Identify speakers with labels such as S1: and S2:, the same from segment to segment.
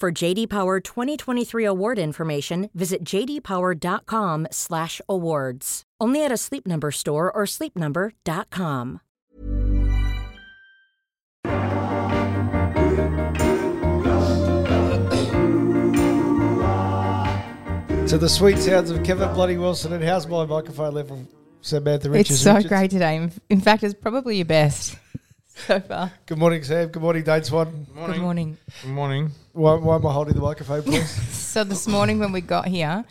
S1: For JD Power 2023 award information, visit jdpower.com/awards. Only at a Sleep Number store or sleepnumber.com.
S2: To the sweet sounds of Kevin Bloody Wilson and How's My Microphone Level, Samantha Richards.
S3: It's so
S2: Richards.
S3: great today. In- In fact, it's probably your best so far.
S2: Good morning, Sam. Good morning, Dane Swan.
S3: Good morning.
S4: Good morning.
S2: Why, why am I holding the microphone, please?
S3: So this morning when we got here,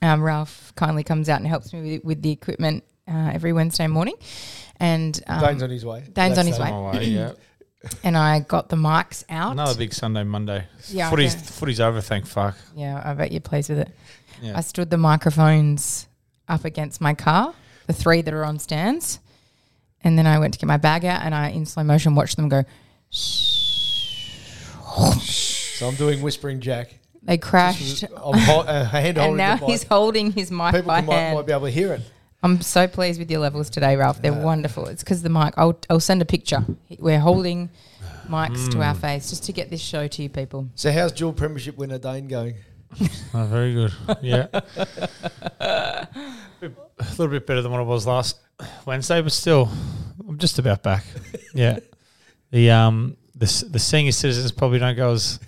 S3: um, Ralph kindly comes out and helps me with, with the equipment uh, every Wednesday morning, and um,
S2: Dane's on his way.
S3: Dane's on
S2: That's
S3: his
S2: Dane.
S4: My
S3: way.
S4: way, yeah.
S3: and I got the mics out.
S4: Another big Sunday, Monday.
S3: Yeah, I
S4: footy's,
S3: bet.
S4: footy's over, thank fuck.
S3: yeah, I bet you're pleased with it.
S4: Yeah.
S3: I stood the microphones up against my car, the three that are on stands, and then I went to get my bag out and I, in slow motion, watched them go.
S2: So I'm doing Whispering Jack.
S3: They crashed,
S2: I'm hol- uh, hand
S3: and
S2: holding
S3: now
S2: the mic.
S3: he's holding his mic
S2: People
S3: by
S2: can, might,
S3: hand.
S2: might be able to hear it.
S3: I'm so pleased with your levels today, Ralph. They're wonderful. It's because the mic. I'll, I'll send a picture. We're holding mics to
S4: Hmm.
S3: our face just to get this show to you people.
S2: So how's dual premiership winner Dane going?
S4: Oh, very good. Yeah. a bit- a little bit better than what I was last Wednesday, but still, I'm just about back. Yeah. The um the, s- the senior citizens probably don't go as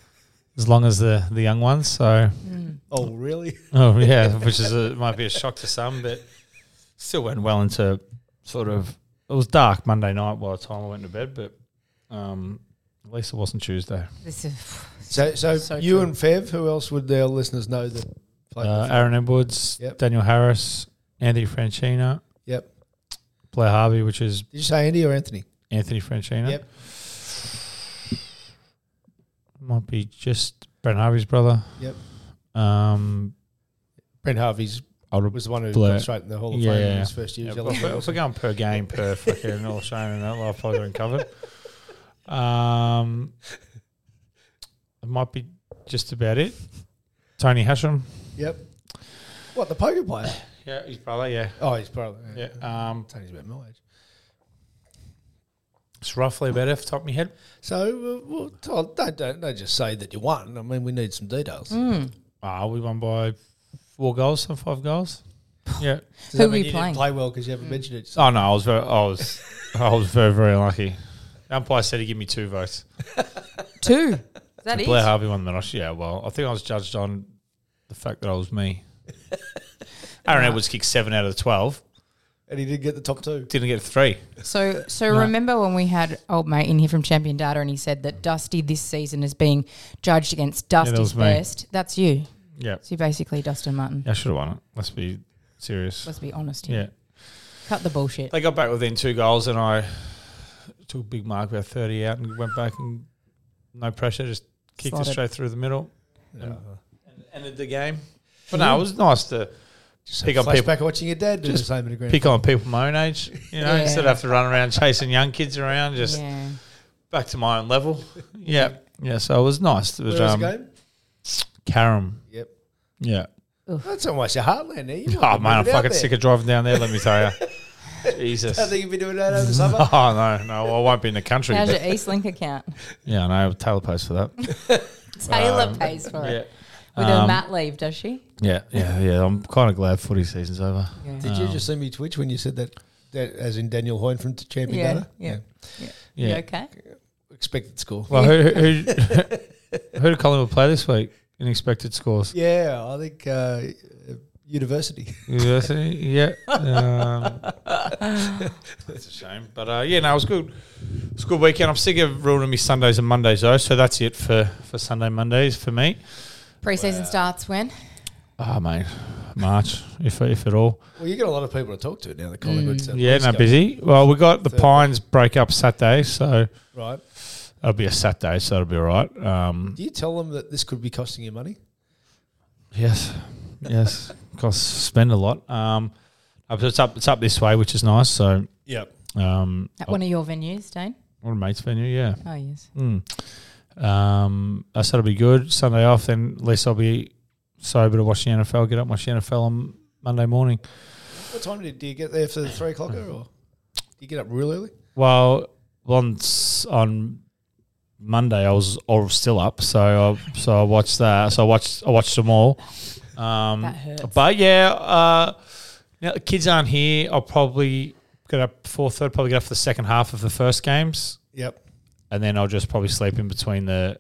S4: as long as the, the young ones. So,
S3: Mm.
S2: Oh, really?
S4: oh yeah, which is a, might be a shock to some, but still went well into sort of. It was dark Monday night by the time I went to bed, but um, at least it wasn't Tuesday.
S3: This is
S2: So, so,
S3: So
S2: you
S3: true.
S2: and Fev, who else would their listeners know that played
S4: Uh,
S2: with?
S4: Aaron Edwards,
S2: Yep.
S4: Daniel Harris, Anthony Franchina,
S2: Yep.
S4: Blair Harvey, which is
S2: Did you say Andy or Anthony?
S4: Anthony Franchina.
S2: Yep.
S4: Might be just Brent Harvey's brother.
S2: Yep.
S4: Um,
S2: Brent Harvey's
S4: older
S2: was the one who
S4: Blair.
S2: got straight in the Hall of
S4: Yeah,
S2: Fame in
S4: yeah.
S2: his first year.
S4: Yeah,
S2: as
S4: but
S2: yellow
S4: if,
S2: ball.
S4: we're- if we're going per game, per fucking all Australian and that, life probably don't cover it. Um, it might be just about it. Tony Hashem.
S2: Yep. What, the poker player?
S4: Yeah, his brother, yeah.
S2: Oh, he's probably. Yeah.
S4: Yeah. Um,
S2: Tony's about my age.
S4: it's roughly about off the top of my head.
S2: So, uh, well, Todd, don't, don't, don't just say that you won. I mean, we need some details.
S3: Hmm.
S4: Ah, we won by four goals and five goals. Yeah.
S2: Does that
S3: Who were
S2: mean
S3: you
S2: didn't
S3: playing?
S2: play well because you haven't mentioned it.
S4: Oh no, I was very, I was, I was very, very lucky. The umpire said he give me two votes.
S3: two. Is that it?
S4: Blair Harvey won the Rosh. Yeah, well, I think I was judged on the fact that I was me. Aaron Edwards kicked seven out of the twelve.
S2: and he did get the top two.
S4: Didn't get three.
S3: So, so remember when we had old mate in here from Champion Data, and he said that Dusty this season is being judged against Dusty's
S4: was me.
S3: best. That's you.
S4: Yeah,
S3: So you're basically Dustin Martin.
S4: I should have won it. Let's be serious.
S3: Let's be honest here.
S4: Yeah,
S3: Cut the bullshit.
S4: they got back within two goals, and I took a big mark about thirty out and went back and no pressure, just kicked
S3: Slotted.
S4: it straight through the middle. And ended the game. But no, it was nice to
S2: Just
S4: Pick
S2: a
S4: on people.
S2: flashback of watching your dad do the same in a grand.
S4: pick on people my own age, you know,
S3: Yeah.
S4: instead of have to run around chasing young kids around, just
S3: yeah.
S4: back to my own level. Yeah. Yeah, so it was nice. It was
S2: Where was
S4: um,
S2: the game?
S4: Caram.
S2: Yep.
S4: Yeah.
S2: That's almost your heartland eh? there. You
S4: Oh, man, I'm fucking sick of driving down there, let me tell you. Jesus.
S2: I think you've been doing that over the summer.
S4: Oh, no, no, I won't be in the country.
S3: How's your
S4: but-
S3: Eastlink account?
S4: yeah, no, Taylor pays for that. Um,
S5: Taylor pays for it. With her mat leave, does she?
S3: Yeah, yeah, Um, yeah. I'm kind of glad footy season's over.
S2: Did
S4: um,
S2: you just see me twitch when you said that? That as in Daniel Hoyne from Champion
S5: Yeah,
S2: Data?
S5: yeah.
S3: Yeah.
S5: You okay?
S2: Expected score.
S3: Well, who who, who who did Collingwood play this week? In expected scores.
S2: yeah, I think uh, university.
S3: University, yeah. Um, that's a shame, but uh, yeah, no, it was good. It's a good weekend. I'm sick of ruining me Sundays and Mondays though, so that's it for for Sunday Mondays for me.
S5: Preseason starts when?
S3: Ah, mate, March if if at all.
S2: Well, you got a lot of people to talk to now. The Collingwood. South
S3: Yeah,
S2: West
S3: no
S2: go,
S3: busy. Well, we got the
S2: Thursday.
S3: Pines break up Saturday, so
S2: Right.
S3: it'll be a Saturday, so it'll be all right. Um,
S2: Do you tell them that this could be costing you money?
S3: Yes, yes, costs spend a lot. Um, uh, but it's up, it's up this way, which is nice. So,
S2: Yeah.
S3: um,
S5: At one of your venues, Dane?
S3: what a mate's venue, yeah. Hmm.
S5: Oh, yes.
S3: Um, I said it'll be good. Sunday off, then at least I'll be sober to watch the NFL. Get up, and watch the NFL on Monday morning.
S2: What time did, do you get there for the three o'clocker, or do you get up real early?
S3: Well, once on Monday, I was all still up, so I, so I watched that. So I watched I watched them all. Um,
S5: That hurts.
S3: But yeah, uh, now the kids aren't here. I'll probably get up four third. Probably get up for the second half of the first games,
S2: Yep.
S3: and then I'll just probably sleep in between the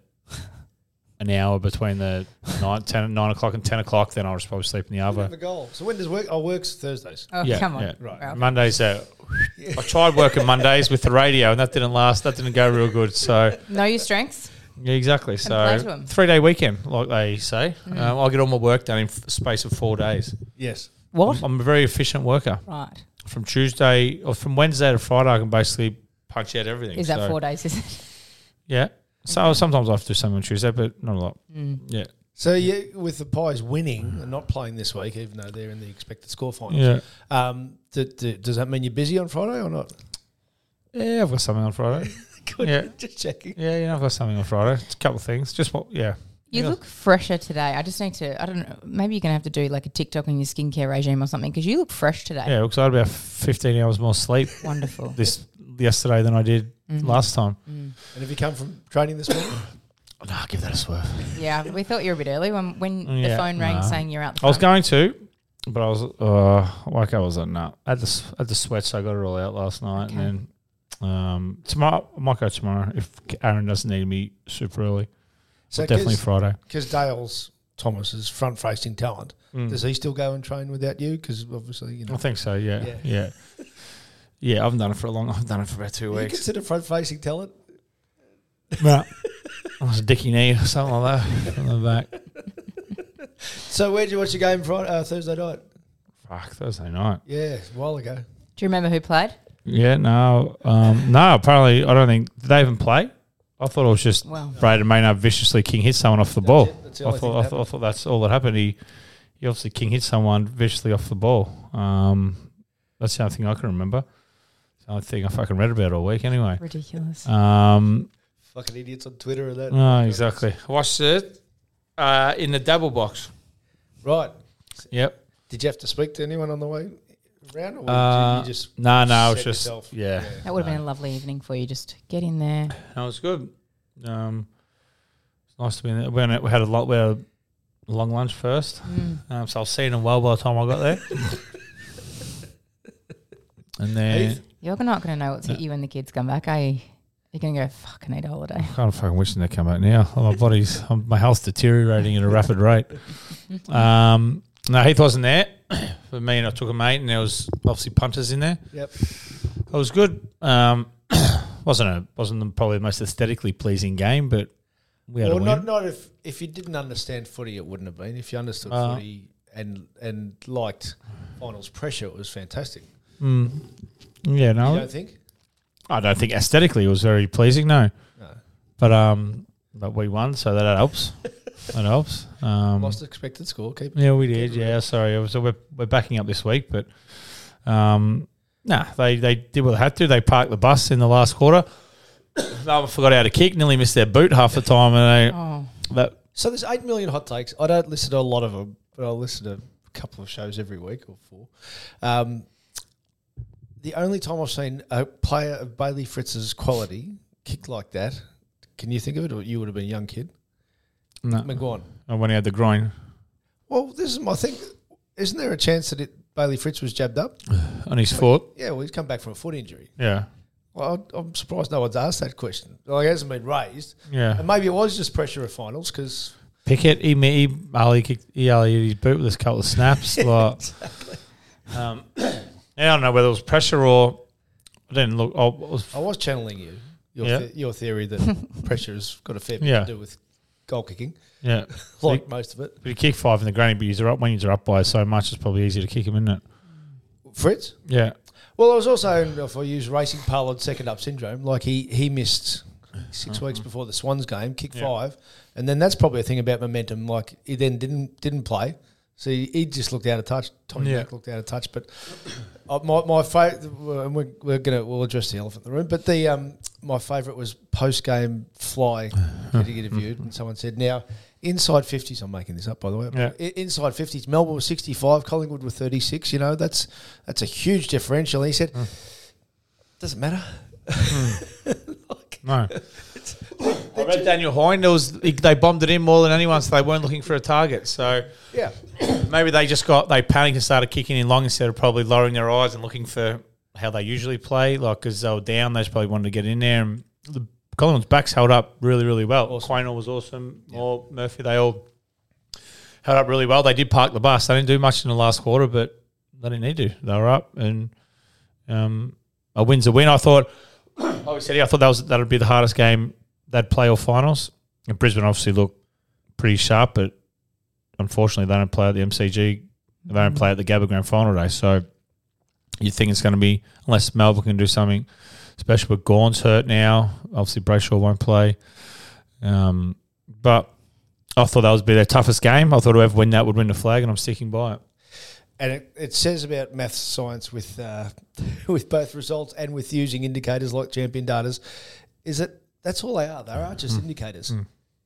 S3: an hour between the nine, 10, 9 o'clock and ten o'clock. Then I'll just probably sleep in the
S2: Have a
S3: other.
S2: goal. So when does work? Oh, works Thursdays.
S5: Oh,
S3: Yeah,
S5: come on.
S3: yeah.
S5: Right.
S3: Mondays. Uh, I tried working Mondays with the radio, and that didn't last. That didn't go real good. So.
S5: Know your strengths.
S3: Yeah, exactly.
S5: play to
S3: So
S5: 'em. Mm.
S3: three day weekend, like they say. Um, I get all my work done in f- space of four days.
S2: Yes.
S3: What? I'm a very efficient worker.
S5: Right.
S3: From Tuesday or from Wednesday to Friday, I can basically punch out everything.
S5: Is that
S3: So,
S5: four days, is it?
S3: Yeah. So sometimes I have to do something on Tuesday, but not a lot. Yeah.
S2: So you, with the Pies winning and not playing this week, even though they're in the expected score finals,
S3: Yeah.
S2: um, d d- does that mean you're busy on Friday or not?
S3: Yeah, I've got something on Friday.
S2: Good.
S3: Yeah.
S2: Just checking.
S3: Yeah, yeah, I've got something on Friday. It's a couple of things. Just what? Yeah.
S5: You
S3: Yeah.
S5: look fresher today. I just need to, I don't know, maybe you're going to have to do like a TikTok on your skincare regime or something because you look fresh today.
S3: Yeah, because I had about 15 hours more sleep
S5: Wonderful. Mm-hmm.
S3: this yesterday than I did last time.
S2: And have you come from training this morning?
S3: No, give that a swerve.
S5: yeah, we thought you were a bit early when, when the
S3: Yeah,
S5: phone rang
S3: nah.
S5: saying you're out the
S3: I was
S5: front.
S3: going to, but I was uh, like I was like, no. I had the s- I had the sweats. I got it all out last night, and then um, tomorrow I might go tomorrow if Aaron doesn't need me super early.
S2: So
S3: Definitely Friday.
S2: because Dale's Thomas is front facing talent. Does he still go and train without you? Because obviously, you know.
S3: Hmm. I think so. Yeah,
S2: Yeah.
S3: yeah, yeah. I haven't done it for a long. I've done it for about two
S2: Do you
S3: weeks.
S2: consider front facing talent?
S3: No, I was a dicky knee or something like that on the back.
S2: So where'd you watch the game Friday, uh, Thursday night?
S3: Fuck Thursday night.
S2: Yeah, a while ago.
S5: Do you remember who played?
S3: Yeah, no, um, no. Apparently, I don't think did they even play. I thought it was just
S5: Wow.
S3: Braden Maynard viciously King hit someone off the ball.
S2: it. That's the
S3: I
S2: only thing
S3: thought
S2: that
S3: I, thought I thought that's all that happened. He, he obviously King hit someone viciously off the ball. Um, that's the only thing I can remember. It's the only thing I fucking read about all week. Anyway,
S5: Ridiculous.
S3: um,
S2: Fucking idiots on Twitter and that.
S3: no, exactly. Watched it uh, in the double box.
S2: Right.
S3: Yep.
S2: Did you have to speak to anyone on the way round, or
S3: Uh,
S2: did you just
S3: No, no, it
S2: set
S3: was just
S2: yourself?
S3: yeah.
S5: That would have been a lovely evening for you. Just get in there.
S3: No, it was good. Um, it's nice to be in there. We had a- we had a lot. We had a long lunch first,
S5: Mm.
S3: um, so I was seeing them well by the time I got there. and then
S5: You're not going to know what's hit you when the kids come back, are you? You're going to go, fucking need a holiday.
S3: kind of fucking wishing they come out now. Oh, my body's, um, my health's deteriorating at a rapid rate. Um, no, Heath wasn't there. For me, and I took a mate, and there was obviously punters in there.
S2: Yep.
S3: It was good. Um, wasn't a wasn't the- probably the most aesthetically pleasing game, but we had
S2: Well,
S3: a win.
S2: not not if if you didn't understand footy, it wouldn't have been. If you understood
S3: Uh.
S2: footy and and liked finals pressure, it was fantastic.
S3: yeah, no,
S2: You don't think?
S3: I don't think aesthetically it was very pleasing, no. But um, but we won, so that helps. that helps. Um,
S2: Lost expected score. Keep
S3: yeah, we did. Yeah, sorry. It was- So we're we're backing up this week, but um, nah, they they did what they had to. They parked the bus in the last quarter. they forgot how to kick. Nearly missed their boot half the time,
S2: uh,
S3: and they
S5: Oh,
S3: that
S2: So there's eight million hot takes. I don't listen to a lot of them, but I listen to a couple of shows every week or four. Um, the only time I've seen a player of Bailey Fritz's quality kick like that, can you think of it? Or you would have been a young kid. No.
S4: McGowan.
S2: Oh, when he had the groin.
S4: Well, this is my thing. Isn't there a chance that it, Bailey Fritz was jabbed up?
S2: On his foot.
S4: Yeah, well, he's come back from a foot injury.
S2: Yeah.
S4: Well, I- I'm surprised no one's asked that question. Like, it hasn't been raised.
S2: Yeah.
S4: And maybe it was just pressure of finals because
S2: Pickett, he, ma- he, Ali kicked, he Ali his boot with a couple of snaps. like, um, yeah, I don't know whether it was pressure or I didn't look. I was,
S4: I was channeling you, your,
S2: Yeah.
S4: the- your theory that pressure has got a fair bit
S2: Yeah.
S4: to do with goal kicking,
S2: yeah, So
S4: like
S2: you-
S4: most of it.
S2: but you kick five in the granny, but you're up when you're up by so much. It's probably easier to kick him, isn't it?
S4: Fritz?
S2: Yeah,
S4: Well, I was also, if I use racing parlor second up syndrome, like he, he missed 6
S2: Mm-hmm.
S4: weeks before the Swans game, kick five, and then that's probably a thing about momentum. Like he then didn't didn't play, so he, he just looked out of touch. Tommy
S2: Yeah.
S4: Mack looked out of touch. But uh, my my fa- and we're, we're gonna we'll address the elephant in the room. But the um my favourite was post game fly getting interviewed, and someone said now. Inside 50s, I'm making this up by the way.
S2: Yeah.
S4: I- Inside 50s, Melbourne was 65, Collingwood were 36. You know, that's that's a huge differential. He said,
S2: Mm.
S4: doesn't matter.
S2: no. I read Daniel Hind. It was he- they bombed it in more than anyone, so they weren't looking for a target. So
S4: Yeah.
S2: maybe they just got they panicked and started kicking in long instead of probably lowering their eyes and looking for how they usually play. Like because they were down, they just probably wanted to get in there. And the Collins backs held up really, really well. Awesome. Oh, was awesome. Or Murphy, they all held up really well. They did park the bus. They didn't do much in the last quarter, but they didn't need to. They were up and um, a win's a win. I thought. I said, yeah, I thought that was that would be the hardest game they'd play or finals. And Brisbane obviously looked pretty sharp, but unfortunately they don't play at the MCG. They don't play at the Gabba Grand Final day. So you think it's going to be unless Melbourne can do something special. But Gorn's hurt now. Obviously Brayshaw won't play. Um, but I thought that would be their toughest game. I thought whoever win that would win the flag, and I'm sticking by it.
S4: And it, it says about maths science with uh, with both results and with using indicators like champion datas, is that that's all they are. They are
S2: Mm.
S4: just indicators.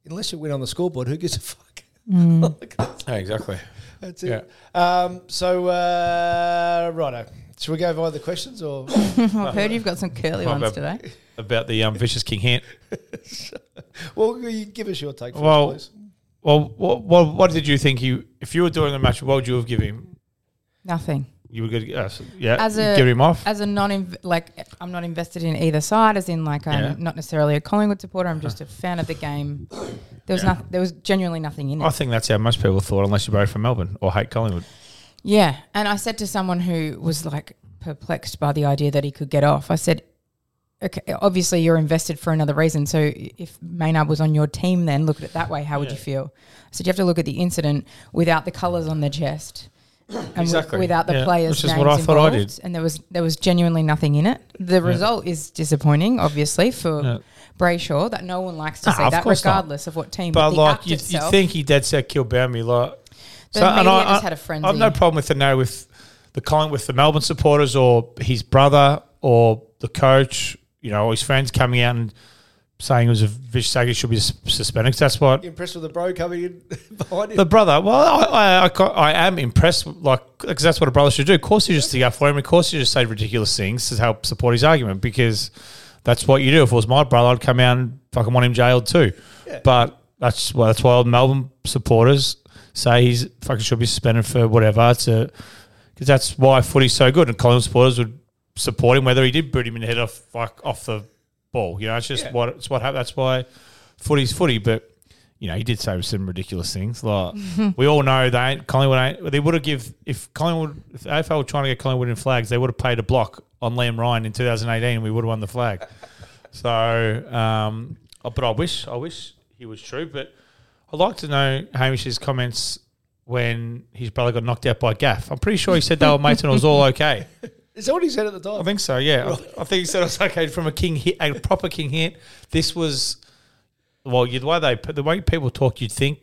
S4: Unless you win on the scoreboard, who gives a fuck? Like, that's,
S2: exactly.
S4: that's it. Um, so, uh, righto. Should we go via the questions or
S3: I've heard you've got some curly
S2: Well,
S3: ones
S2: but-
S3: today.
S2: About the um, vicious King Hant.
S4: well, you give us your take first,
S2: Well-
S4: please.
S2: Well, what, what, what did you think? You, if you were doing the match, what would you have given him?
S3: Nothing.
S2: You were good. Uh, yeah.
S3: As
S2: you
S3: a-
S2: give him off.
S3: As a non inv- like, I'm not invested in either side. As in, like, I'm
S2: Yeah.
S3: not necessarily a Collingwood supporter. I'm just a fan of the game. There was nothing. There was genuinely nothing in it.
S2: I think that's how most people thought, unless you're both from Melbourne or hate Collingwood.
S3: Yeah. And I said to someone who was like perplexed by the idea that he could get off, I said, okay, obviously you're invested for another reason. So if Maynard was on your team, then look at it that way. How would you feel? I said, you have to look at the incident without the colours on the chest. And wi-
S2: Exactly.
S3: without the
S2: Yeah,
S3: players,
S2: which is
S3: names
S2: what I thought I
S3: involved.
S2: did.
S3: and there was there was genuinely nothing in it. The result is disappointing, obviously, for
S2: Yeah.
S3: Brayshaw. That no one likes to
S2: Nah,
S3: see
S2: of
S3: that,
S2: course not.
S3: regardless of what team.
S2: But
S3: the
S2: like,
S3: act
S2: you you
S3: itself-
S2: think he dead set killed Bambi, like.
S3: The media just had a
S2: I have no
S3: frenzy.
S2: problem with the no with the Collingwood, with the Melbourne supporters or his brother or the coach, you know, or his friends coming out and saying it was a vicious act, he should be sus- suspended. 'cause That's what
S4: You impressed with the bro coming in behind him?
S2: The brother. Well, I, I, I, ca- I am impressed, like because that's what a brother should do. Of course, you just stick up for him. Of course, you just say ridiculous things to help support his argument because that's what you do. If it was my brother, I'd come out and fucking want him jailed too. But that's why that's why old Melbourne supporters say he's fucking should be suspended for whatever. It's a because that's why footy's so good, and Collingwood supporters would support him whether he did boot him in the head off like off the ball. You know, it's just what it's what happened. That's why footy's footy, but you know, he did say some ridiculous things. Like we all know they ain't Collingwood ain't they would have give if Collingwood if the AFL were trying to get Collingwood in flags, they would have paid a block on Liam Ryan in 2018 and we would have won the flag. so um oh, but I wish I wish he was true, but I'd like to know Hamish's comments when his brother got knocked out by Gaff. I'm pretty sure he said they were mates and it was all okay.
S4: Is that what he said at the
S2: I
S4: time?
S2: think so. Yeah, I- I, think he said it was okay from a king hit, a proper king hit. This was well, you, the way they the way people talk, you'd think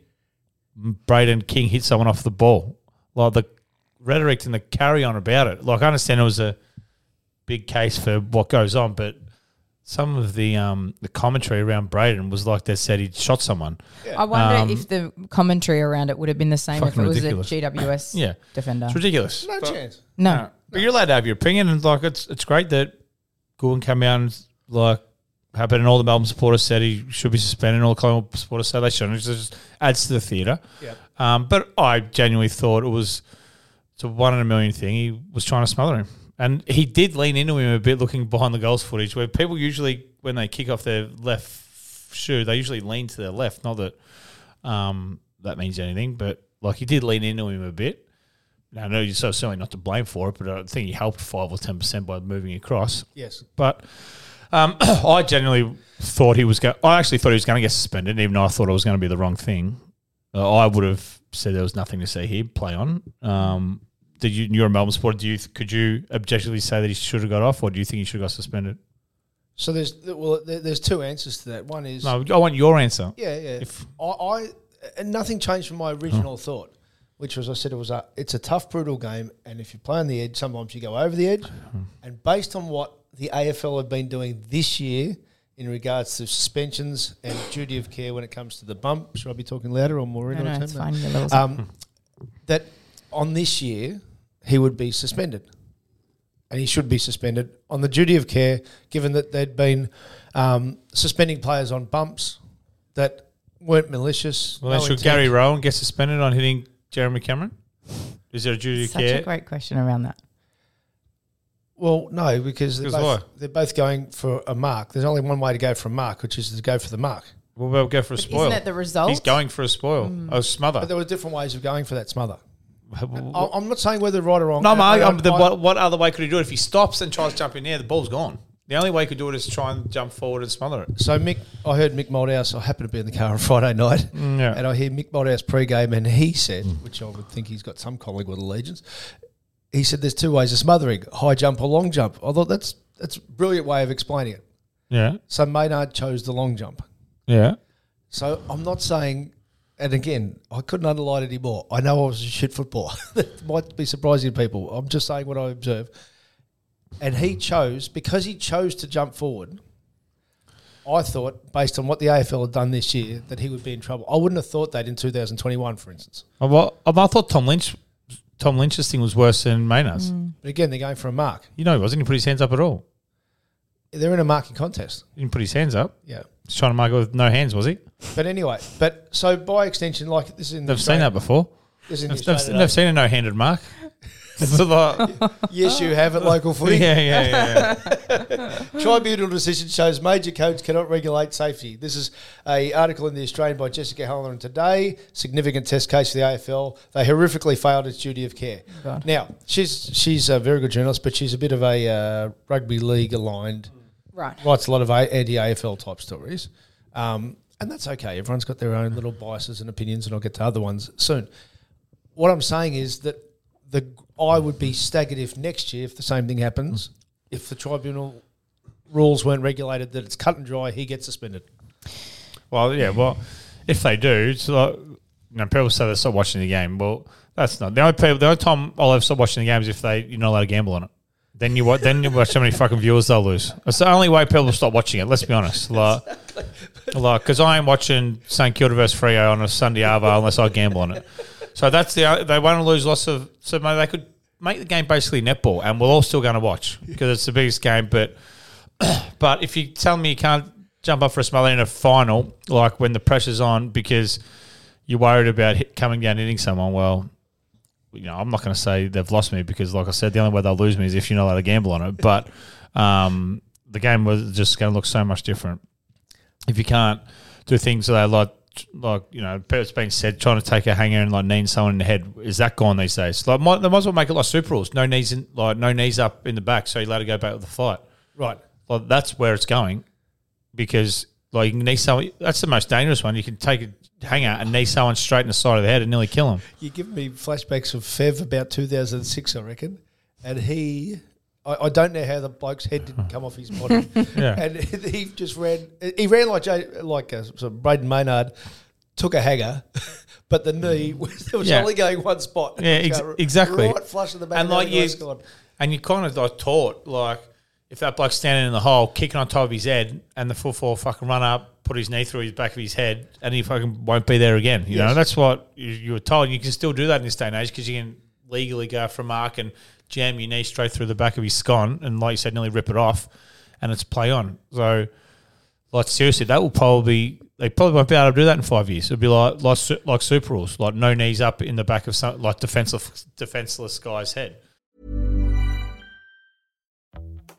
S2: Braden King hit someone off the ball. Like the rhetoric and the carry on about it. Like I understand it was a big case for what goes on, but some of the um, the commentary around Braden was like they said he'd shot someone.
S3: I wonder
S2: Um,
S3: if the commentary around it would have been the same if it
S2: Fucking
S3: was
S2: ridiculous.
S3: a GWS
S2: Yeah.
S3: defender.
S2: It's ridiculous.
S4: No chance.
S3: no.
S2: But you're allowed to have your opinion, and like it's it's great that Goulden come out and like happened, and all the Melbourne supporters said he should be suspended, and all the Collingwood supporters said they shouldn't. It just adds to the theatre. Um, but I genuinely thought it was it's a one in a million thing. He was trying to smother him. And he did lean into him a bit looking behind the goals footage, where people usually, when they kick off their left shoe, they usually lean to their left. Not that um, that means anything, but like he did lean into him a bit. Now, I know you're so certainly not to blame for it, but I think he helped 5 or 10% by moving across.
S4: Yes.
S2: But um, I genuinely thought he was going. I actually thought he was going to get suspended, even though I thought it was going to be the wrong thing. Uh, I would have said there was nothing to see here. Play on. Um, did you? You're a Melbourne supporter. Do you? Could you objectively say that he should have got off, or do you think he should have got suspended?
S4: So there's well, there- there's two answers to that. One is
S2: No, I want your answer.
S4: Yeah, yeah.
S2: If-
S4: I, I and nothing changed from my original thought, which was I said it was a it's a tough, brutal game, and if you play on the edge, sometimes you go over the edge. And based on what the AFL have been doing this year in regards to suspensions and duty of care when it comes to the bump, should I be talking louder or more?
S3: No,
S4: into
S3: no,
S4: it,
S3: it's
S4: Tim?
S3: fine. Your little
S4: Um, that on this year he would be suspended, and he should be suspended on the duty of care, given that they'd been um, suspending players on bumps that weren't malicious.
S2: Well, then
S4: no
S2: should
S4: intent.
S2: Gary Rowan get suspended on hitting Jeremy Cameron? Is there a duty of
S3: such
S2: care?
S3: a great question around that.
S4: Well, no, because they're
S2: Because
S4: both,
S2: why?
S4: they're both going for a mark. There's only one way to go for a mark, which is to go for the mark.
S2: What about go for a
S3: But isn't
S2: spoil?
S3: it the result? Hmm.
S2: He's going for a spoil. A smother.
S4: But there were different ways of going for that smother.
S2: What-
S4: I- I'm not saying whether right or wrong.
S2: No, I'm
S4: I-
S2: arguing.
S4: I-
S2: the,
S4: I-
S2: what, what other way could he do it? If he stops and tries to jump in there, the ball's gone. The only way he could do it is to try and jump forward and smother it.
S4: So Mick, I heard Mick Moldhouse. I happened to be in the car on Friday night,
S2: Mm, yeah.
S4: and I hear Mick Moldhouse pre-game, and he said, which I would think he's got some Collingwood allegiance. He said, "There's two ways of smothering: high jump or long jump." I thought that's that's a brilliant way of explaining it.
S2: Yeah,
S4: So Maynard chose the long jump.
S2: yeah.
S4: So I'm not saying, and again, I couldn't underline it anymore. I know I was a shit footballer. that might be surprising to people. I'm just saying what I observe. And he chose, because he chose to jump forward, I thought, based on what the AFL had done this year, that he would be in trouble. I wouldn't have thought that in 2021, for instance.
S2: I, well, I, I thought Tom Lynch, Tom Lynch's thing was worse than Maynard's.
S4: But again, they're going for a mark.
S2: You know, he wasn't. He put his hands up at all.
S4: They're in a marking contest.
S2: He didn't put his hands up.
S4: Yeah.
S2: He's trying to mark it with no hands, was he?
S4: But anyway, but so by extension, like this is in the
S2: They've seen that before.
S4: This is in the
S2: They've, they've,
S4: Australian
S2: they've seen a no-handed mark. So like-
S4: yes, you have at local
S2: yeah,
S4: footy.
S2: yeah, yeah.
S4: Tribunal decision shows major codes cannot regulate safety. This is a article in the Australian by Jessica Halloran today. Significant test case for the AFL. They horrifically failed its duty of care. Now she's she's a very good journalist, but she's a bit of a uh, rugby league aligned.
S3: Right.
S4: Writes a lot of anti AFL type stories, um, and that's okay. Everyone's got their own little biases and opinions, and I'll get to other ones soon. What I'm saying is that the I would be staggered if next year, if the same thing happens, if the tribunal rules weren't regulated, that it's cut and dry, he gets suspended.
S2: Well, yeah. Well, if they do, it's like you know, people say they stop watching the game. Well, that's not the only people. The only time I'll ever stop watching the game is if they you're not allowed to gamble on it. Then you wa- then you watch how many fucking viewers they'll lose. It's the only way people stop watching it. Let's be honest, like, like because I am watching St Kilda versus Frio on a Sunday Arvo unless I gamble on it. So that's the o- they want to lose lots of so maybe they could make the game basically netball and we're all still going to watch because it's the biggest game. But but if you tell me you can't jump up for a smother in a final, like when the pressure's on because you're worried about hit, coming down hitting someone, well, you know, I'm not going to say they've lost me because, like I said, the only way they'll lose me is if you're not allowed to gamble on it. But um, the game was just going to look so much different if you can't do things that are like like you know it's been said trying to take a hanger and like kneeing someone in the head is that gone these days like might, they might as well make it like super rules no knees in like no knees up in the back so you're allowed to go back with the fight right like that's where it's going because like you can knee someone that's the most dangerous one you can take a hanger and knee someone straight in the side of the head and nearly kill them
S4: You're giving me flashbacks of Fev about 2006, I reckon. And he, I, I don't know how the bloke's head didn't come off his body.
S2: Yeah.
S4: And he just ran, he ran like Jay, like uh, so Braden Maynard, took a hanger, but the knee was, it was
S2: Yeah.
S4: only going one spot.
S2: Yeah,
S4: It was
S2: ex-
S4: going
S2: exactly.
S4: Right flush in the back.
S2: And like you,
S4: gone.
S2: and you kind of like taught like if that bloke's standing in the hole, kicking on top of his head, and the full four fucking run up, put his knee through his back of his head, and he fucking won't be there again. You know, that's what you, you were told. And you can still do that in this day and age because you can legally go for a mark and jam your knee straight through the back of his scon, and like you said, nearly rip it off, and it's play on. So Like seriously, that will probably they probably won't be able to do that in five years. It'd be like like su- like super rules, like no knees up in the back of some like defenseless defenseless guy's head.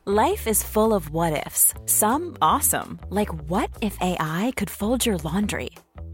S6: Life is full of what ifs. Some awesome, like what if AI could fold your laundry?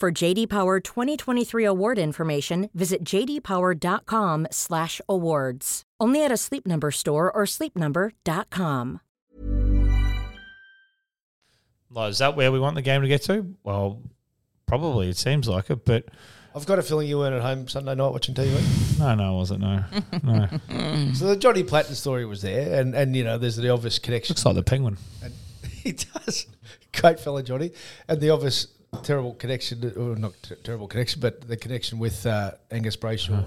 S1: For JD Power 2023 award information, visit jdpower.com/awards. Only at a Sleep Number store or sleepnumber.com.
S2: Like, is that where we want the game to get to? Well, probably it seems like it, but
S3: I've got a feeling you weren't at home Sunday night watching TV.
S2: no, no, it wasn't. No, no.
S3: so the Johnny Platten story was there, and and you know there's the obvious connection.
S2: Looks like the penguin.
S3: he does, great fella Johnny, and the obvious terrible connection, or not ter- terrible connection, but the connection with uh, Angus Brayshaw.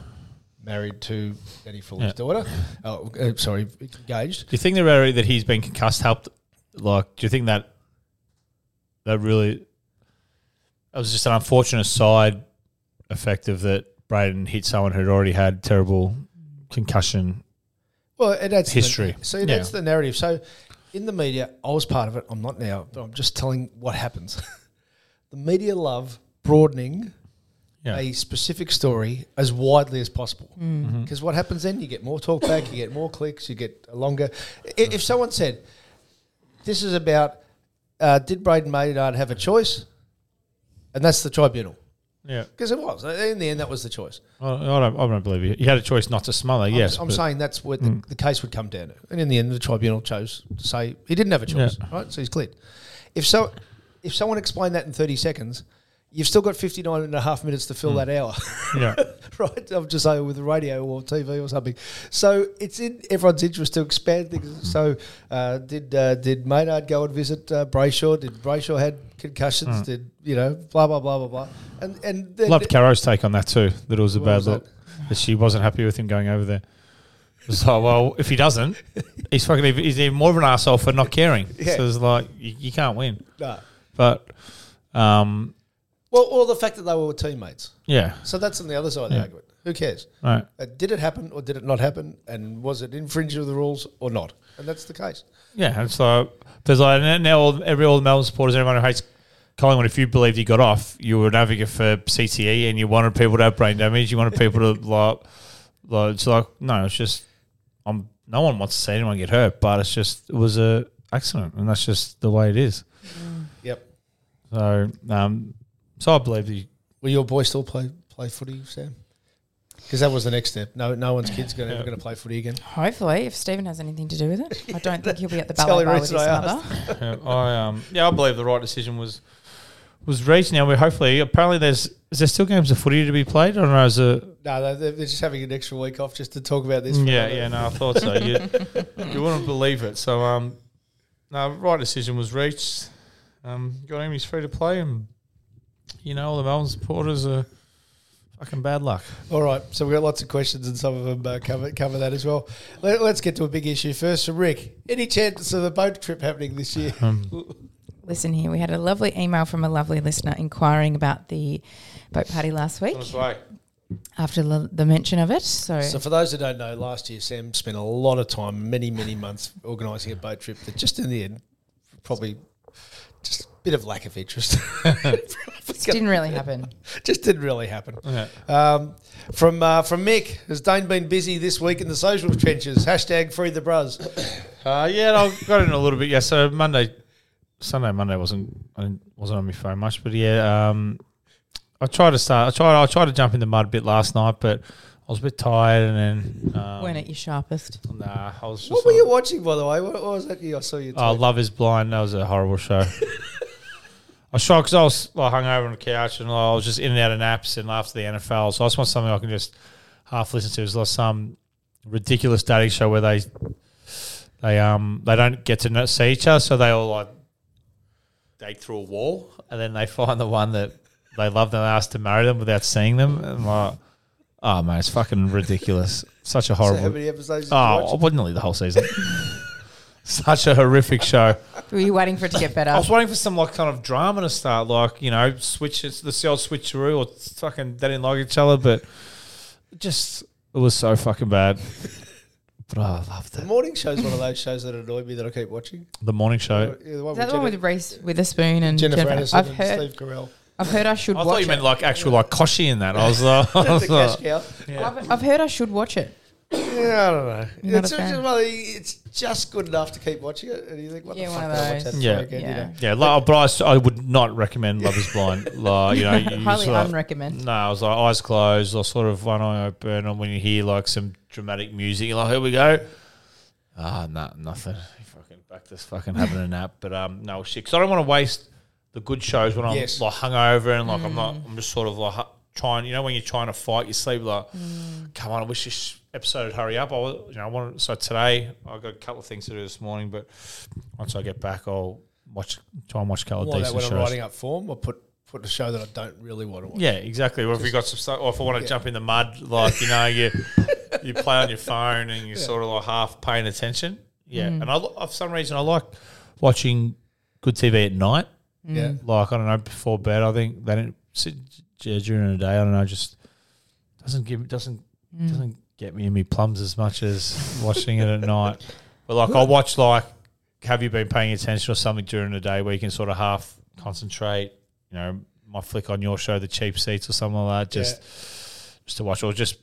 S3: Married to Danny Fuller's
S2: Uh-huh. Yeah.
S3: daughter. Oh, uh, sorry, engaged.
S2: Do you think the rarity that he's been concussed helped? Like, do you think that that really that was just an unfortunate side effect of that Braden hit someone who'd already had terrible concussion?
S3: Well, it adds to the-
S2: History.
S3: so it
S2: Yeah.
S3: adds to the narrative. So in the media, I was part of it. I'm not now, but I'm just telling what happens. the media love broadening
S2: Yeah,
S3: a specific story as widely as possible. Because what happens then? You get more talk back, you get more clicks, you get a longer. I- If someone said, This is about uh, did Braden Maynard have a choice? And that's the tribunal.
S2: yeah.
S3: Because it was. Uh, In the end, that was the choice.
S2: I, I don't, I don't believe you. You had a choice not to smother.
S3: I'm,
S2: yes,
S3: I'm
S2: but- Hmm.
S3: saying that's where the, the case would come down to. And in the end, the tribunal chose to say he didn't have a choice,
S2: Yeah.
S3: right? So he's cleared. If so, if someone explained that in 30 seconds, you've still got 59 and a half minutes to fill that hour,
S2: Yeah,
S3: right? I'm just saying with the radio or TV or something. So it's in everyone's interest to expand things. So uh, did uh, did Maynard go and visit uh, Brayshaw? Did Brayshaw had concussions? Did you know blah blah blah blah blah? And and then
S2: loved Caro's take on that too. That it was a
S3: What
S2: bad
S3: was that?
S2: look. That? she wasn't happy with him going over there. It's like, well, if he doesn't, he's fucking. even- He's even more of an asshole for not caring.
S3: Yeah.
S2: So it's like you, you can't win.
S3: No.
S2: But um,
S3: well, or the fact that they were teammates.
S2: yeah,
S3: So that's on the other side of the
S2: Yeah.
S3: argument. Who cares?
S2: right.
S3: Uh, did it happen or did it not happen? And was it infringing of the rules or not? And that's the case.
S2: Yeah, and so there's like now- now all, every all the Melbourne supporters, everyone who hates Collingwood. If you believed he got off, you were an advocate for CTE, and you wanted people to have brain damage. You wanted people to like, like it's like no, it's just I'm. No one wants to see anyone get hurt, but it's just it was a accident, and that's just the way it is.
S3: Yep.
S2: So, um, so I believe he.
S3: Will your boy still play play footy, Sam? Because that was the next step. No, no one's kids going to ever going to play footy again.
S7: Hopefully, if Stephen has anything to do with it, I don't think he'll be at the
S3: That's the only
S7: ballet bar with his
S3: reason I
S7: mother.
S2: Yeah, I um, yeah, I believe the right decision was was reached. Now we're hopefully apparently there's is there still games of footy to be played? I don't know. Is it
S3: No, they- they're, they're just having an extra week off just to talk about this. for
S2: Yeah,
S3: another-
S2: yeah, no, I thought so. You, you wouldn't believe it. So, um, no, right decision was reached. Um, got Amy's free to play, and you know, all the Melbourne supporters are fucking bad luck.
S3: All right, so we've got lots of questions, and some of them uh, cover cover that as well. Let, us get to a big issue first from Rick. Any chance of a boat trip happening this year?
S7: Listen here, we had a lovely email from a lovely listener inquiring about the boat party last week after the, the mention of it. So,
S3: So, for those who don't know, last year Sam spent a lot of time, many, many months, organising a boat trip that just in the end, probably just a bit of lack of interest.
S7: it didn't really happen.
S3: just didn't really happen.
S2: Yeah.
S3: Um, from uh, from Mick, has Dane been busy this week in the social trenches? Hashtag free the bros.
S2: Uh, yeah, and I got in a little bit. Yeah, so Monday, Sunday, Monday wasn't I didn't, wasn't on my phone much, but yeah, um, I tried to start. I tried. I tried to jump in the mud a bit last night, but I was a bit tired, and then um,
S3: Weren't at your sharpest.
S2: Nah, I was just.
S4: What were
S2: like-
S4: you watching, by the way? What, what was that? you- I saw you.
S2: Oh,
S4: tweet.
S2: Love Is Blind. That was a horrible show. I was shocked because I was like hungover on the couch and like, I was just in and out of naps and after the NFL. So I just want something I can just half listen to. It's like some ridiculous dating show where they they um they don't get to know, see each other, so they all like date through a wall, and then they find the one that they love and they ask to marry them without seeing them. And like, oh man, it's fucking ridiculous. Such a
S4: So
S2: horrible.
S4: how many episodes? Did you
S2: Oh,
S4: watch?
S2: well, nearly the whole season. Such a horrific show.
S3: Were you waiting for it to get better?
S2: I was waiting for some like kind of drama to start, like you know, switch it's the old switcheroo or fucking they didn't like each other, but just it was so fucking bad. but I loved
S4: The
S2: it.
S4: morning show's one of those shows that annoy me that I keep watching.
S2: The morning show.
S4: Yeah, the one with
S3: Is that the one
S4: Jennifer-
S3: with Reese Witherspoon and
S4: Jennifer,
S3: Jennifer?
S4: Aniston
S3: I've
S4: and
S3: heard.
S4: Steve Carell.
S3: I've heard I should
S2: I
S3: watch
S2: thought you
S3: it.
S2: meant like actual like koshy in that. I was like, I
S4: That's a
S2: was
S4: cash
S2: like
S4: cow.
S3: I've, I've heard I should watch it.
S4: Yeah, I don't know.
S3: Not
S4: It's
S3: a
S4: just,
S3: fan.
S4: well, it's just good enough to keep watching it, and you think, what
S3: Yeah,
S4: the
S3: one
S4: fuck?
S3: of
S4: did I watch
S3: those.
S4: that for
S2: Yeah.
S4: again, you
S3: Yeah.
S4: know?
S2: yeah, like, but I s- I, would not recommend Love Is Blind. Like, you know, you
S3: Highly
S2: sort of-
S3: unrecommend.
S2: No, I was like eyes closed or sort of one eye open. And when you hear like some dramatic music, you're like, here we go. Ah, no, nothing. Fucking back this fucking having a nap. But um, no shit. Because I don't want to waste the good shows when I'm
S4: Yes.
S2: like hungover and like I'm not,
S3: Mm.
S2: I'm just sort of like hu- trying, you know, when you're trying to fight your sleep, like,
S3: Mm.
S2: come on, I wish this episode would hurry up. I was, you know, I wanted, so today I've got a couple of things to do this morning, but once I get back, I'll watch, try and watch a couple
S4: Well, that
S2: of decent
S4: when I'm
S2: shows.
S4: writing up form, I put put a show that I don't really want to watch.
S2: Yeah, exactly. Or if you got some stuff, or if I want to jump in the mud, like you know, you you play on your phone and you're sort of like half paying attention. Yeah, and I lo- for some reason I like watching good TV at night.
S4: Yeah.
S2: Like I don't know before bed. I think they don't sit yeah, during the day. I don't know. Just doesn't give doesn't
S4: Mm.
S2: doesn't get me in me plums as much as watching it at night. But like I watch like have you been paying attention or something during the day where you can sort of half concentrate. You know, my flick on your show, the cheap seats or something like that. Just just to watch or just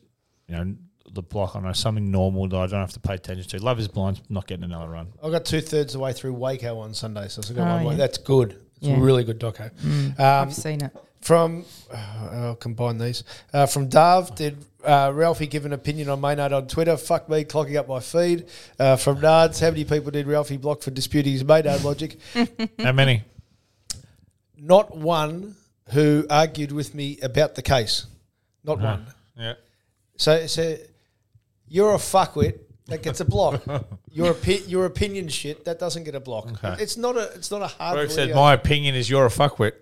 S2: you know the block. I know something normal that I don't have to pay attention to. Love is blind. Not getting another run.
S4: I got two thirds of the way through Waco on Sunday, so it's a good
S3: Oh,
S4: one.
S3: yeah.
S4: That's good. It's
S3: Yeah. Mm.
S4: a really good doco. Um,
S3: I've seen it.
S4: From uh, I'll combine these. Uh, from Dove, did uh, Ralphie give an opinion on Maynard on Twitter? Fuck me, clogging up my feed. Uh, from Nards, how many people did Ralphie block for disputing his Maynard logic?
S2: How many?
S4: Not one who argued with me about the case. Not one.
S2: Yeah.
S4: So, so you're a fuckwit that gets a block. your opi- your opinion shit that doesn't get a block.
S2: Okay.
S4: It's not a it's not a hard.
S2: Brooke said,
S4: really a
S2: "My opinion is you're a fuckwit."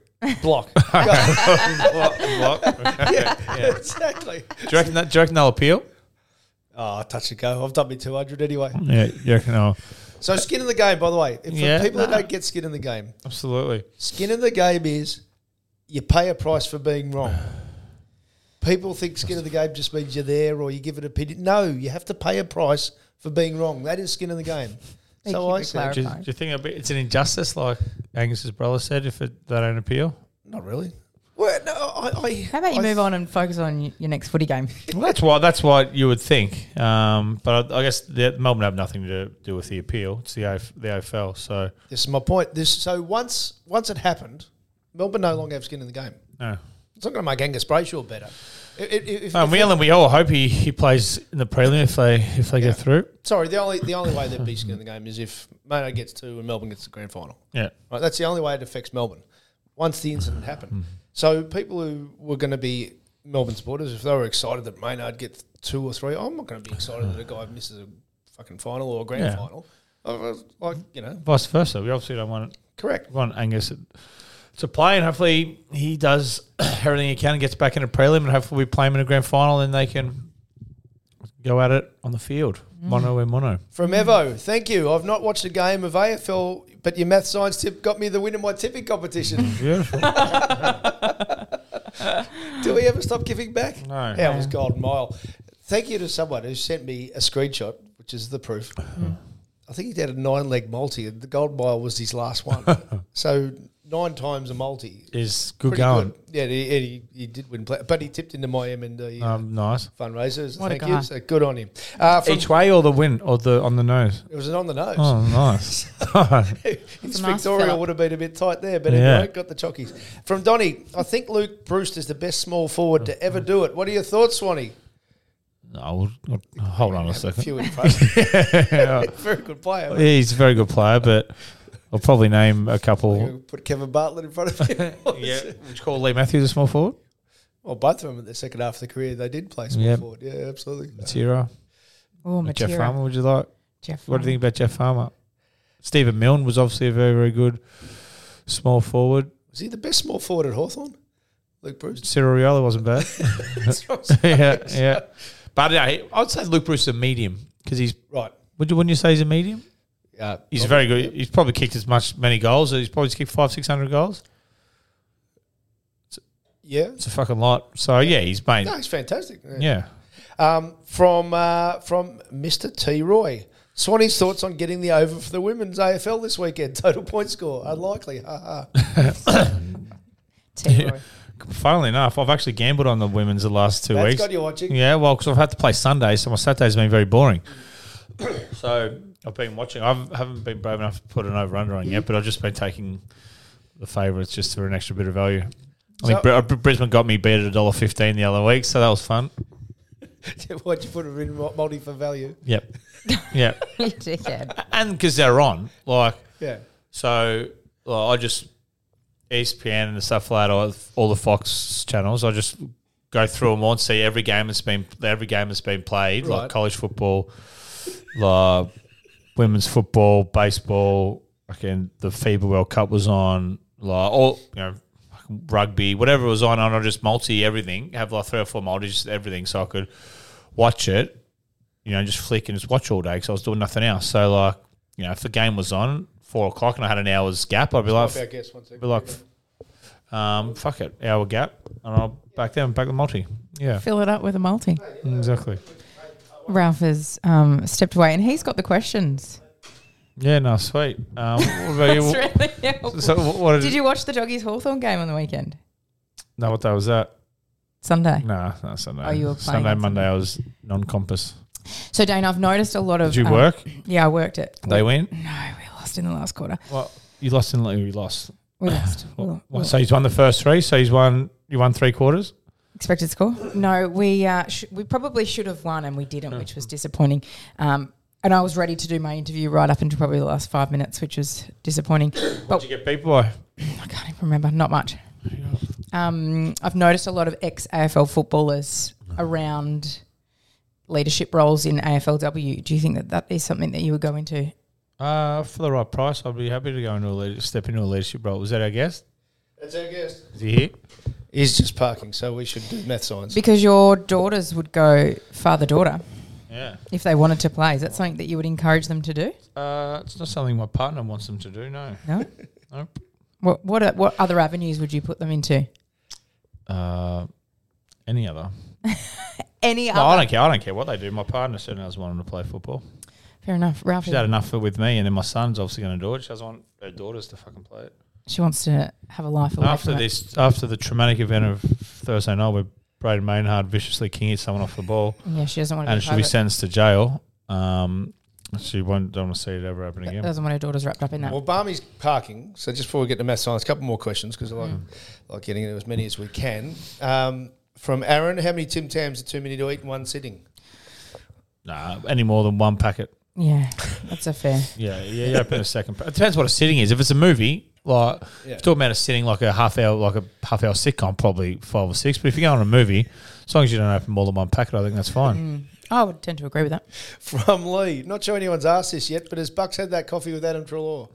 S4: block.
S2: Block, block.
S4: yeah, exactly.
S2: Do you reckon that? Do you reckon they'll appeal?
S4: Oh, touch and go. I've done me two hundred anyway.
S2: Yeah, you reckon they'll
S4: So skin in the game, by the way. If
S2: Yeah,
S4: for people
S2: nah.
S4: that don't get skin in the game,
S2: absolutely.
S4: skin in the game is you pay a price for being wrong. People think skin in the game just means you're there or you give an opinion. No, you have to pay a price for being wrong. That is skin in the game.
S3: Thank
S4: so
S3: you
S4: I
S3: for
S4: said,
S3: clarifying.
S2: Do you, do you think it'll be, it's an injustice, like Angus's brother said, if it, they don't appeal?
S4: not really. Well, no, I, I,
S3: How about you
S4: I
S3: move on and focus on y- your next footy game?
S2: Well, that's why that's what you would think. Um, but I, I guess the, Melbourne have nothing to do with the appeal. It's the AF, the AFL. So
S4: This is my point. This so once once it happened, Melbourne no longer have skin in the game.
S2: no.
S4: It's not going to make Angus Brayshaw better. I- I- if-
S2: No,
S4: if-
S2: Um, we all- we all hope he, he plays in the prelim if they if they get through.
S4: sorry, the only the only way there'd be skin in the game is if Mano gets two and Melbourne gets the grand final.
S2: Yeah.
S4: Right, that's the only way it affects Melbourne. Once the incident happened, so people who were going to be Melbourne supporters, if they were excited that Maynard gets two or three, I'm not going to be excited that a guy misses a fucking final or a grand
S2: Yeah.
S4: final. I was Like you know,
S2: Vice versa. We obviously don't want
S4: correct.
S2: we want Angus to play, and hopefully he does everything he can and gets back in a prelim, and hopefully we play him in a grand final, and they can go at it on the field, mono and mono.
S4: Mm. From Evo, thank you. I've not watched a game of AFL, but your math science tip got me the win in my tipping competition.
S2: Beautiful.
S4: Do we ever stop giving back?
S2: No.
S4: Yeah, it was Golden Mile. Thank you to someone who sent me a screenshot, which is the proof. I think he did a nine leg multi, and the Golden Mile was his last one. so nine times a multi.
S2: Is good
S4: Pretty
S2: going.
S4: Yeah, and he, and he, he did win, play, but he tipped into my M&D uh,
S2: Um, nice.
S4: fundraisers.
S3: What a
S4: thank you.
S3: guy.
S4: So good on him. Uh, from-
S2: Each way or the win or the on the nose.
S4: it was an on the nose.
S2: Oh, nice.
S4: His
S3: a nice
S4: Victoria
S3: fella.
S4: would have been a bit tight there, but
S2: Yeah.
S4: anyway, got the chockies. From Donny, I think Luke Bruce is the best small forward to ever do it. What are your thoughts, Swanee?
S2: No, we'll, we'll- hold on a
S4: Have
S2: second.
S4: few in front.
S2: yeah,
S4: Very good player. mate.
S2: he's a very good player, but I'll probably name a couple.
S4: Put Kevin Bartlett in front of him.
S2: would you call Lee Matthews a small forward?
S4: Well, both of them in the second half of the career, they did play small
S2: Yeah.
S4: forward. Yeah, absolutely.
S2: Matera,
S3: Oh,
S2: Jeff
S3: Matera.
S2: Farmer. Would you like?
S3: Jeff
S2: What do
S3: Farmer.
S2: you think about Jeff Farmer? Stephen Milne was obviously a very, very good small forward.
S4: Was he the best small forward at Hawthorn? Luke Bruce?
S2: Cyril Riolo wasn't bad. yeah, yeah. But uh, he- I'd say Luke Bruce is a medium because he's.
S4: Right.
S2: Would you? Wouldn't you say he's a medium?
S4: Uh,
S2: He's very good. He's probably kicked as much many goals. He's probably kicked five, six hundred goals.
S4: yeah.
S2: It's a fucking lot. So yeah, he's made.
S4: No, he's fantastic.
S2: Yeah.
S4: Um, from uh, from Mr. T. Roy. Swanee's thoughts on getting the over for the women's AFL this weekend. Total point score. Unlikely. Ha ha.
S3: T. Roy.
S2: Funnily enough, I've actually gambled on the women's the last 2
S4: That's
S2: weeks.
S4: got you watching.
S2: Yeah, well, because I've had to play Sunday, so my Saturday's been very boring. so I've been watching. I haven't been brave enough to put an over under on yet, but I've just been taking the favourites just for an extra bit of value. I think Br- Br- Brisbane got me beat at $1.15 the other week, so that was fun.
S4: Why'd you put him in mul- multi for value?
S2: Yep. yep.
S3: You dickhead.
S2: And because they're on, like,
S4: Yeah.
S2: So well, I just E ESPN and stuff like that, all, all the Fox channels. I just go through them all and see every game that's been every game that's been played,
S4: Right.
S2: like college football, like women's football, baseball. Again, the FIBA World Cup was on, like all you know, fucking rugby, whatever was on. And I just multi everything, have like three or four multis, just everything, so I could watch it you know, just flick and just watch all day because I was doing nothing else. So like, you know, if the game was on four o'clock and I had an hour's gap, I'd be like,
S4: I guess one
S2: be
S4: second.
S2: like, um, fuck it, hour gap, and I'll back them back the multi. Yeah,
S3: Fill it up with a multi.
S2: exactly.
S3: Ralph has um, stepped away and he's got the questions.
S2: Yeah, no, sweet. Um, what about you?
S3: That's really helpful.
S2: So what, what
S3: Did you watch the Doggies Hawthorn game on the weekend?
S2: No, what day was that?
S3: Sunday.
S2: Nah, no, Sunday.
S3: Oh, you were playing
S2: Sunday,
S3: on
S2: Monday. I was non-compass.
S3: So, Dane, I've noticed a lot of.
S2: Did you
S3: um,
S2: work?
S3: Yeah, I worked it.
S2: They win.
S3: No, we lost in the last quarter.
S2: Well, you lost in you lost.
S3: We lost. We
S2: Well,
S3: lo-
S2: so he's won the first three. So he's won. You won three quarters.
S3: Expected score? No, we uh, sh- we probably should have won and we didn't, which was disappointing. Um, and I was ready to do my interview right up until probably the last five minutes, which was disappointing.
S2: Did
S3: But oh
S2: you get beat by?
S3: I can't even remember. Not much. Um, I've noticed a lot of ex AFL footballers around leadership roles in AFLW. Do you think that that is something that you would go into?
S2: Uh, for the right price, I'd be happy to go into a lead step into a leadership role. Was that our guest?
S4: That's our guest.
S2: Is he here?
S4: He's just parking, so we should do math science.
S3: Because your daughters would go father daughter
S2: Yeah.
S3: if they wanted to play. Is that something that you would encourage them to do?
S2: Uh, it's not something my partner wants them to do. No.
S3: No.
S2: Nope.
S3: What what are- what other avenues would you put them into?
S2: Uh, any other?
S3: Any
S2: No, I
S3: other?
S2: don't care. I don't care what they do. My partner said I was wanting to play football.
S3: Fair enough. Ralph,
S2: She's had enough with me, and then my son's obviously going to do it. She doesn't want her daughters to fucking play it.
S3: she wants to have a life away
S2: after
S3: from it.
S2: this, after the traumatic event of Thursday night, where Braden Maynard viciously kinged someone off the ball,
S3: Yeah, she doesn't want to.
S2: and
S3: be
S2: she'll be
S3: private.
S2: sentenced to jail. Um, she won't. Don't want to see it ever happen again.
S3: Doesn't want her daughters wrapped up in that.
S4: Well, Barmy's parking, so just before we get to math science, a couple more questions because I like, like getting into as many as we can. Um, from Aaron, how many Tim Tams are too many to eat in one sitting?
S2: Nah, any more than one packet.
S3: Yeah, that's a fair.
S2: Yeah, yeah, you open a second. It depends what a sitting is. If it's a movie, like if you're talking about a sitting like a half hour, like a half hour sitcom, probably five or six. But if you go on a movie, as long as you don't open more than one packet, I think that's fine.
S3: I would tend to agree with that.
S4: From Lee, not sure anyone's asked this yet, but has Bucks had that coffee with Adam Trelaw?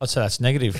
S2: I'd say Oh, that's negative.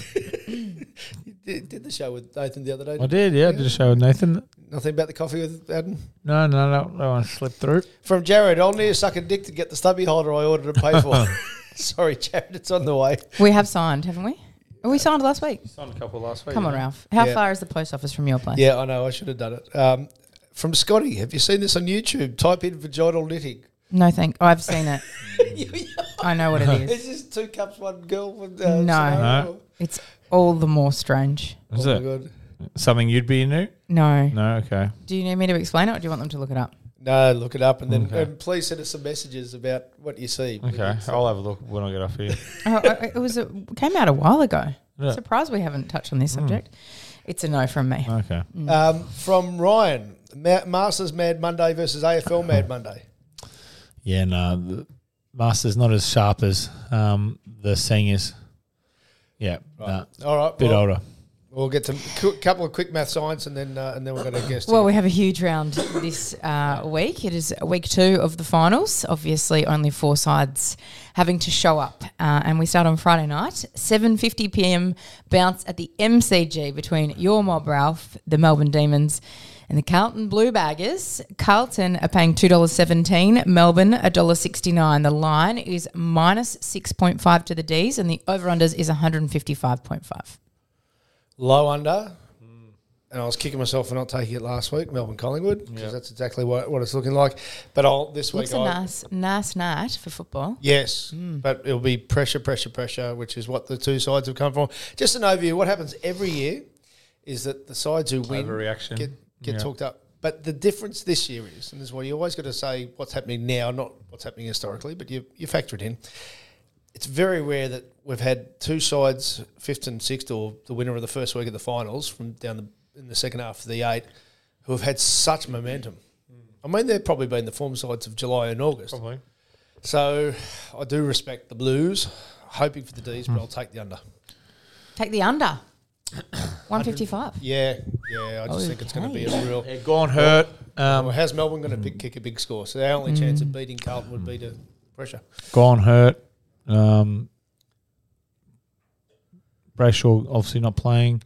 S4: Did, did the show with Nathan the other day?
S2: I did, yeah. I Did a show with Nathan.
S4: Nothing about the coffee with Adam?
S2: No, no, no, that one slipped through.
S4: From Jared, I'll need a sucking dick to get the stubby holder I ordered and pay for. Sorry, Jared, it's on the way.
S3: We have signed, haven't we? Oh, We signed last week.
S2: Signed a couple last week.
S3: Come on, Ralph. How
S4: Yeah.
S3: far is the post office from your place?
S4: Yeah, I know, I should have done it. Um, from Scotty, have you seen this on YouTube? Type in vaginal knitting.
S3: No, thank. I've seen it. I know what it is.
S4: It's just two cups, one girl. One, uh,
S3: No.
S4: scenario.
S2: No.
S3: It's all the more strange.
S2: Is
S4: Oh my
S2: it
S4: God.
S2: something you'd be into?
S3: No.
S2: No, okay.
S3: Do you need me to explain it, or do you want them to look it up?
S4: No, look it up and then
S2: Okay.
S4: and please send us some messages about what you see.
S2: Okay, I'll have a look when I get off here.
S3: oh, I- I- it was a, came out a while ago.
S2: Yeah. Hmm.
S3: Surprised we haven't touched on this subject. It's a no from me.
S2: Okay.
S3: Mm.
S4: Um, from Ryan, Ma- Masters Mad Monday versus AFL Mad Monday.
S2: Yeah, no, the Masters not as sharp as um, the seniors. Yeah, nah,
S4: All right,
S2: bit
S4: well,
S2: older.
S4: We'll get some cu- couple of quick math science, and then uh, and then we're going to guess.
S3: Well, we have a huge round this uh, week. It is week two of the finals. Obviously, only four sides having to show up, uh, and we start on Friday night, seven fifty PM. Bounce at the MCG between your mob Ralph, the Melbourne Demons, and the Carlton Blue Baggers. Carlton are paying two dollars seventeen. Melbourne $1.69. The line is minus six point five to the D's, and the over unders is one hundred and fifty five point five.
S4: low under. And I was kicking myself for not taking it last week, Melbourne Collingwood, because that's exactly what, what it's looking like. But I'll this week.
S3: Looks a
S4: I,
S3: nice, nice night for football.
S4: Yes, but it'll be pressure, pressure, pressure, which is what the two sides have come from. Just an overview. What happens every year is that the sides who win
S2: Overreaction.
S4: get get
S2: Yeah.
S4: talked up. But the difference this year is, and this is why you always got to say what's happening now, not what's happening historically, but you you factor it in. It's very rare that we've had two sides, fifth and sixth, or the winner of the first week of the finals from down the, in the second half of the eight, who have had such momentum. I mean, they've probably been the form sides of July and August.
S2: Probably.
S4: So I do respect the Blues, hoping for the D's, but I'll take the under.
S3: Take the under. 155.
S4: Yeah, yeah. I just think it's going to be a real.
S2: Yeah, gone hurt.
S4: Well,
S2: Um, Mm.
S4: how's Melbourne going to pick, kick a big score? So their only chance of beating Carlton would be to pressure.
S2: gone hurt. Um, Brayshaw obviously not playing.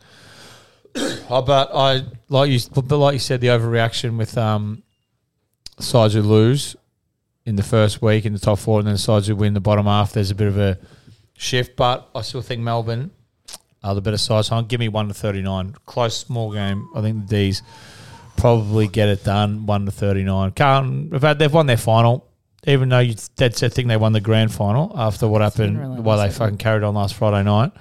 S2: I Oh, but I like you, but like you said, the overreaction with um, sides who lose in the first week in the top four, and then sides who win the bottom half. There's a bit of a shift, but I still think Melbourne are the better side. So I'll give me one to thirty nine, close small game. I think the D's probably get it done one to thirty nine. Carlton, have had, they've won their final, even though you dead set think they won the grand final after what happened
S3: really
S2: while they
S3: upsetting.
S2: fucking carried on last Friday night.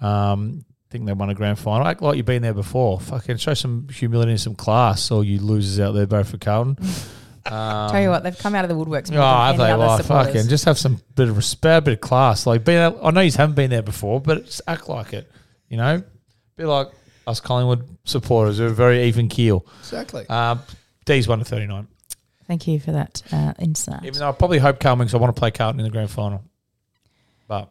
S2: Um, think they won a grand final. Act like you've been there before. Fucking show some humility and some class, or you losers out there, both for Carlton.
S3: Tell you what, they've come out of the woodworks.
S2: Oh, have they? Well,
S3: supporters.
S2: fucking just have some bit of respect, bit of class. Like, being, I know you haven't been there before, but just act like it. You know, be like us Collingwood supporters who are very even keel.
S4: Exactly.
S2: Um, D's one to thirty nine.
S3: Thank you for that uh, insight.
S2: Even though I probably hope Carlton because I want to play Carlton in the grand final. But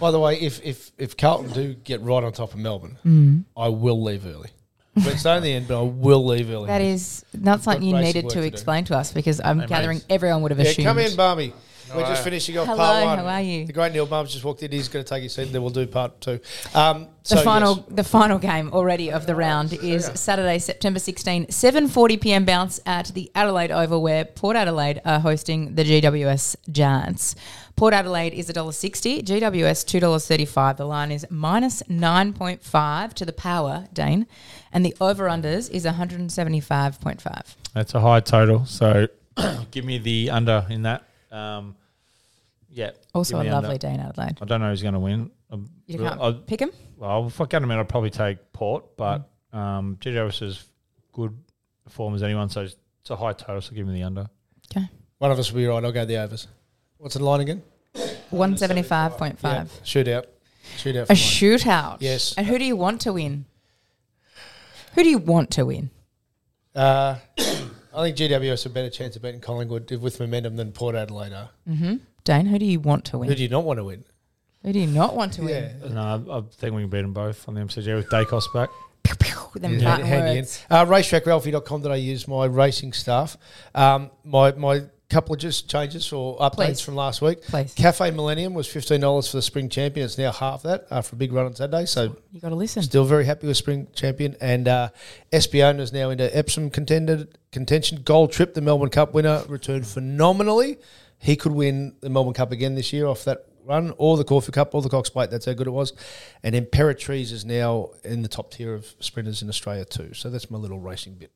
S4: By the way, if if if Carlton do get right on top of Melbourne, I will leave early. But it's only the end, but I will leave early.
S3: that is not something you
S4: basic
S3: needed
S4: work to
S3: to
S4: do.
S3: explain to us because I'm gathering everyone would have
S4: Yeah,
S3: assumed.
S4: come in, Barmy. We're just finishing off part
S3: Hello,
S4: one.
S3: how are you?
S4: The great Neil Barnes just walked in. He's going to take his seat. and Then we'll do part two. Um,
S3: the
S4: so
S3: final,
S4: yes.
S3: the final game already of the round is Saturday, September 16, 7:40 p.m. bounce at the Adelaide Oval, where Port Adelaide are hosting the GWS Giants. Port Adelaide is $1.60, GWS $2.35. The line is minus 9.5 to the power, Dane, and the over unders is 175.5.
S2: that's a high total. So give me the under in that. Um, yeah.
S3: Also
S2: give
S3: a
S2: me
S3: lovely
S2: under.
S3: day in Adelaide.
S2: I don't know who's going to win. Um,
S3: You
S2: well,
S3: can't
S2: I'll-
S3: pick them.
S2: Well, if I get them in, I'd probably take Port, but
S3: Mm.
S2: um, GWS is good form as anyone, so it's a high total, so give me the under.
S3: Okay,
S4: one of us will be right. I'll go the overs. What's the line again?
S3: 175.5.
S4: Shootout. Shootout.
S3: A
S4: For mine.
S3: shootout.
S4: Yes.
S3: And who do you want to win? Who do you want to win?
S4: uh, I think GWS have a better chance of beating Collingwood with momentum than Port Adelaide are.
S3: Mm-hmm. Dane, who do you want to win?
S4: Who do you not want to win?
S3: not want to win?
S2: No, I, I think we can beat them both on the MCG with Dacos back.
S3: Pew, pew, them Barton
S4: Handy in.
S3: words.
S4: Uh, racetrackralphie.com.au is my racing stuff. Um, my my couple of just changes or updates
S3: Please.
S4: from last week.
S3: Please.
S4: Cafe Millennium was $15 for the spring champion. It's now half that after a big run on Saturday. So
S3: You got to listen.
S4: Still very happy with spring champion. And uh, Espiona is now into Epsom contender, contention. Gold trip, the Melbourne Cup winner, returned phenomenally. He could win the Melbourne Cup again this year off that run, or the Corfu Cup, or the Cox Plate. That's how good it was. And Imperatrice is now in the top tier of sprinters in Australia too. So that's my little racing bit.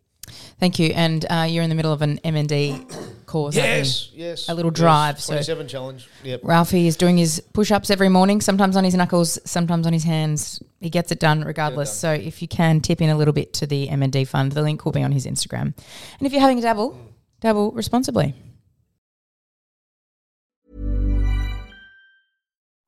S3: Thank you. And uh, you're in the middle of an MND course. aren't you?
S4: yes.
S3: A little drive, so-
S4: Twenty-seven challenge. Yep.
S3: Ralphie is doing his push-ups every morning, sometimes on his knuckles, sometimes on his hands. He gets it done regardless. So if you can tip in a little bit to the MND fund, the link will be on his Instagram. And if you're having a dabble, dabble responsibly.